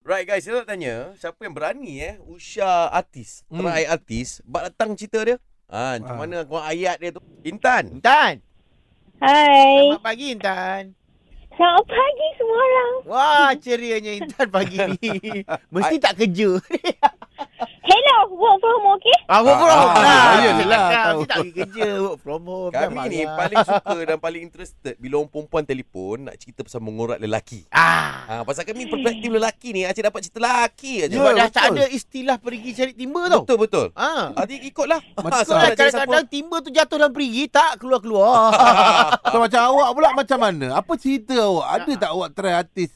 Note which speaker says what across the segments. Speaker 1: Alright guys, saya nak tanya siapa yang berani eh usha artis,
Speaker 2: Hmm.
Speaker 1: hmm. try artis, bab datang cerita dia. Ha, macam
Speaker 2: Ah.
Speaker 1: mana kau ayat dia tu? Intan.
Speaker 2: Intan.
Speaker 3: Hai.
Speaker 2: Selamat pagi Intan.
Speaker 3: Selamat pagi semua orang.
Speaker 2: Wah, cerianya Intan pagi ni. Mesti tak kerja.
Speaker 3: Hello, work from home, okay?
Speaker 2: Ah, work from
Speaker 1: Ah,
Speaker 2: home lah.
Speaker 1: ah,
Speaker 2: Saya
Speaker 4: yelah,
Speaker 2: cakap,
Speaker 4: tahu.
Speaker 2: Saya tak pergi kerja, work from home. lah.
Speaker 1: Kami
Speaker 2: dah
Speaker 1: ni
Speaker 2: malas.
Speaker 1: paling suka dan paling interested bila orang perempuan telefon nak cerita pasal mengorat lelaki.
Speaker 2: Ah.
Speaker 1: Ha, pasal kami perspektif lelaki ni, asyik dapat cerita lelaki aja.
Speaker 2: Sebab dah tak
Speaker 4: betul.
Speaker 2: ada istilah pergi cari timba tau.
Speaker 1: Betul betul.
Speaker 2: Ah.
Speaker 1: Hati ikutlah.
Speaker 4: Betul
Speaker 1: Sebab
Speaker 2: Itulah
Speaker 1: nak jadi siapa-
Speaker 2: kadang-kadang timba tu jatuh dalam perigi tak keluar-keluar. Ah,
Speaker 4: So macam awak pula macam mana? Apa cerita awak? Ada tak awak try artis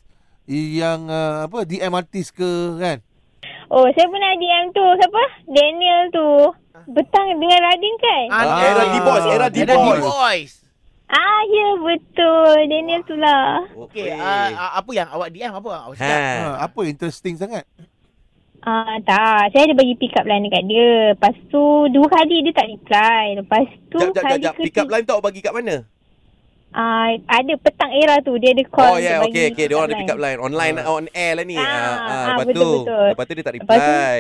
Speaker 4: yang uh, apa DM artis ke kan?
Speaker 3: Oh, saya pernah DM tu, siapa? Daniel tu. Betang dengan Radin kan?
Speaker 2: Ah,
Speaker 1: Ah, era D-Boys, era
Speaker 2: Era
Speaker 1: D-Boys.
Speaker 2: D-Boys.
Speaker 3: Ah, ya betul. Daniel tu lah.
Speaker 2: Okey, ah, ah, apa yang awak DM apa?
Speaker 1: Ha.
Speaker 2: Awak cakap.
Speaker 4: Ha, apa interesting sangat?
Speaker 3: Ah, tak. Saya ada bagi pick up line dekat dia. Lepas tu, dua kali dia tak reply. Lepas tu,
Speaker 1: Jap, jap, jap,
Speaker 3: kali
Speaker 1: jap. Pick up lah. line tu awak bagi kat mana?
Speaker 3: Ah, ada petang era tu. Dia ada
Speaker 1: Oh, ya,
Speaker 3: call
Speaker 1: yeah,
Speaker 3: untuk
Speaker 1: okey,
Speaker 3: bagi
Speaker 1: okey. Dia orang ada pick up line. Online, on air lah ni.
Speaker 3: Ah,
Speaker 1: Ha, ha,
Speaker 3: ah,
Speaker 1: lepas
Speaker 3: betul,
Speaker 1: tu,
Speaker 3: betul.
Speaker 1: lepas tu dia tak
Speaker 3: Lepas tu-
Speaker 1: reply.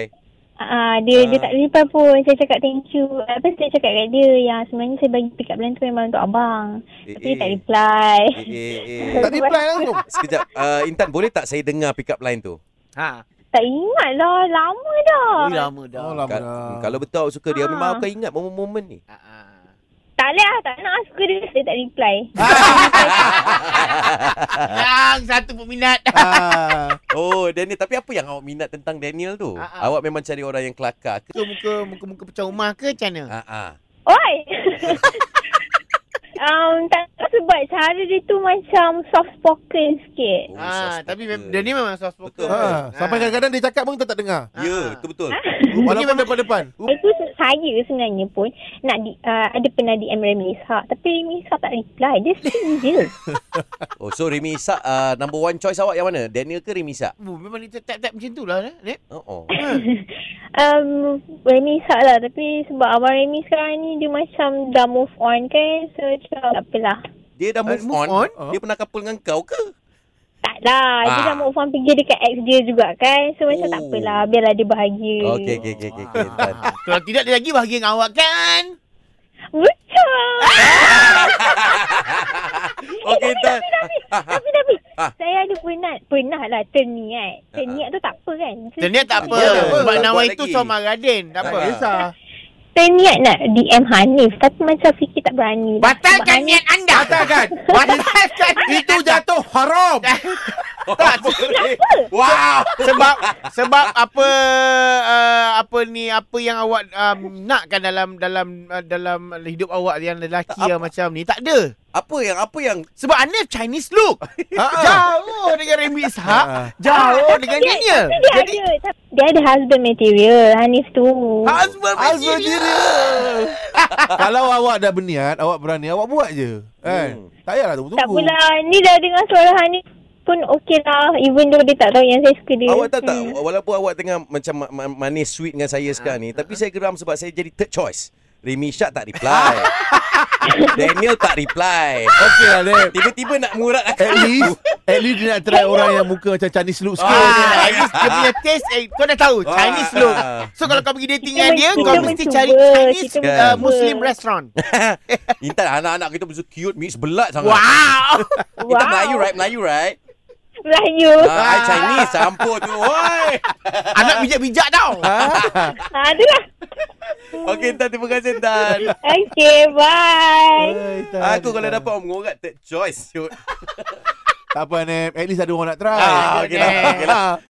Speaker 3: Ah, dia dia
Speaker 1: Ah.
Speaker 3: tak reply pun. Saya cakap thank you. Apa saya cakap kat dia yang sebenarnya saya bagi pick up line tu memang untuk abang.
Speaker 1: Eh,
Speaker 3: Tapi dia tak
Speaker 1: eh.
Speaker 3: reply.
Speaker 1: Eh, eh, eh.
Speaker 4: Tak reply langsung.
Speaker 1: Sekejap, uh, Intan boleh tak saya dengar pick up line tu?
Speaker 2: Ha.
Speaker 3: Tak ingat lah. Lama dah.
Speaker 1: lah.
Speaker 2: Ui, lama dah.
Speaker 4: Oh lama
Speaker 1: Ka- Hmm,
Speaker 4: dah.
Speaker 1: Kalau betul awak suka dia,
Speaker 3: Ah.
Speaker 1: memang akan ingat momen-momen ni.
Speaker 2: Ah, ah.
Speaker 3: Tak boleh lah. Tak nak suka dia. Saya tak reply.
Speaker 2: ah. Yang satu peminat.
Speaker 4: Ah,
Speaker 1: Oh, Daniel. Tapi apa yang awak minat tentang Daniel tu?
Speaker 2: Ah, ah.
Speaker 1: Awak memang cari orang yang kelakar ke?
Speaker 2: Muka-muka muka-muka pecah rumah ke macam mana?
Speaker 1: Ah, ah.
Speaker 3: Oi! um, tak tahu sebab cara dia tu macam soft spoken sikit.
Speaker 1: Oh,
Speaker 2: Ah,
Speaker 1: soft
Speaker 2: tapi
Speaker 1: spoken.
Speaker 2: dia ni memang Ah. soft spoken.
Speaker 1: Betul.
Speaker 4: ha, sampai kadang-kadang dia cakap pun kita tak dengar.
Speaker 2: Ah,
Speaker 1: Ya, itu betul.
Speaker 4: Walaupun depan-depan.
Speaker 3: Saya pun saya sebenarnya pun nak di, uh, ada pernah DM Remy Ishak. Tapi Remy Ishak tak reply. Dia sering je.
Speaker 1: Oh, so Remy Isak, uh, number one choice awak yang mana? Daniel ke Remy Isak?
Speaker 2: Oh, memang dia tap-tap macam tu lah. Eh? Nip.
Speaker 1: Oh, oh.
Speaker 3: Um, Remy Ishak lah. Tapi sebab Abang Remy sekarang ni dia macam dah move on kan. So macam tak apalah.
Speaker 1: Dia dah move,
Speaker 4: Uh, move
Speaker 1: on.
Speaker 4: on?
Speaker 1: Dia pernah couple dengan kau ke?
Speaker 3: Tak lah. Dia
Speaker 1: Ah.
Speaker 3: dah move on pergi dekat ex dia juga kan. So macam tak
Speaker 1: Oh.
Speaker 3: apalah. Biarlah dia bahagia.
Speaker 1: Okey, okey, okey, okey. okey, Intan.
Speaker 2: Ah, Kalau tidak dia lagi bahagia dengan awak kan?
Speaker 3: Betul.
Speaker 1: Okey, Intan.
Speaker 3: Tapi tapi
Speaker 1: Ah.
Speaker 3: saya ada penat Pernah lah terniat Terniat tu tak apa kan
Speaker 2: Terniat tak apa.
Speaker 1: Ya,
Speaker 2: Sebab
Speaker 1: tak
Speaker 2: nama
Speaker 1: buat
Speaker 2: itu
Speaker 1: lagi.
Speaker 2: Soma Radin. Tak
Speaker 1: Tak
Speaker 2: apa.
Speaker 4: kisah.
Speaker 3: Terniat kan nak DM Hanif Tapi macam fikir tak berani lah.
Speaker 2: Batalkan
Speaker 3: Sebab
Speaker 2: niat anda.
Speaker 4: Batalkan.
Speaker 2: Batalkan niat
Speaker 4: Itu
Speaker 2: anda.
Speaker 4: jatuh haram.
Speaker 1: Tak, wow.
Speaker 2: sebab sebab apa uh, apa ni apa yang awak um, nakkan dalam dalam uh, dalam hidup awak yang lelaki yang macam ni tak ada.
Speaker 1: Apa yang apa yang
Speaker 2: Sebab Anif Chinese look.
Speaker 4: Ha, ha.
Speaker 2: Jauh dengan Remy Ishak,
Speaker 4: Ha.
Speaker 2: jauh dengan
Speaker 3: dia-
Speaker 2: Daniel.
Speaker 3: Hanif Dia
Speaker 2: Jadi
Speaker 3: ada tapi Dia ada husband material Hanif tu
Speaker 1: Ha,
Speaker 2: husband
Speaker 4: Azul
Speaker 2: material.
Speaker 4: diri. Kalau awak dah berniat, awak berani, awak buat je.
Speaker 1: Hmm.
Speaker 4: Kan? Tak payahlah tunggu-tunggu.
Speaker 3: Tak pula Ni dah dengar suara Hanif pun okey lah Even though dia tak tahu yang saya suka dia
Speaker 1: Awak tahu tak
Speaker 3: Hmm.
Speaker 1: Walaupun awak tengah Macam ma- ma- manis sweet dengan saya sekarang ni Tapi saya geram sebab Saya jadi third choice Remy Shah tak reply Daniel tak reply
Speaker 4: Okey lah, Deb.
Speaker 1: Tiba-tiba nak murat
Speaker 4: At least, at least dia nak try orang yang muka macam Chinese look sikit.
Speaker 2: Ah, at least dia punya taste eh, Kau dah tahu
Speaker 1: Ah.
Speaker 2: Chinese look So kalau kau pergi dating
Speaker 3: Kita
Speaker 2: dengan dia
Speaker 3: men-
Speaker 2: Kau
Speaker 3: kita
Speaker 2: mesti
Speaker 3: mencuba,
Speaker 2: cari Chinese
Speaker 3: kita
Speaker 2: uh,
Speaker 1: mencuba.
Speaker 2: Muslim restaurant
Speaker 1: Intan anak-anak kita Mesti cute Mix belat sangat
Speaker 2: Wow
Speaker 1: Intan Melayu right Melayu right
Speaker 3: Melayu
Speaker 1: ah, I Chinese campur tu Oi
Speaker 2: Anak bijak-bijak tau
Speaker 3: ah, Itulah
Speaker 1: Okay Intan terima kasih Intan
Speaker 3: Okay bye
Speaker 1: Aku kalau dapat orang mengorat Third choice shoot.
Speaker 4: Tak apa, Nep. At least ada orang nak try.
Speaker 1: Ah, okey lah, okey lah.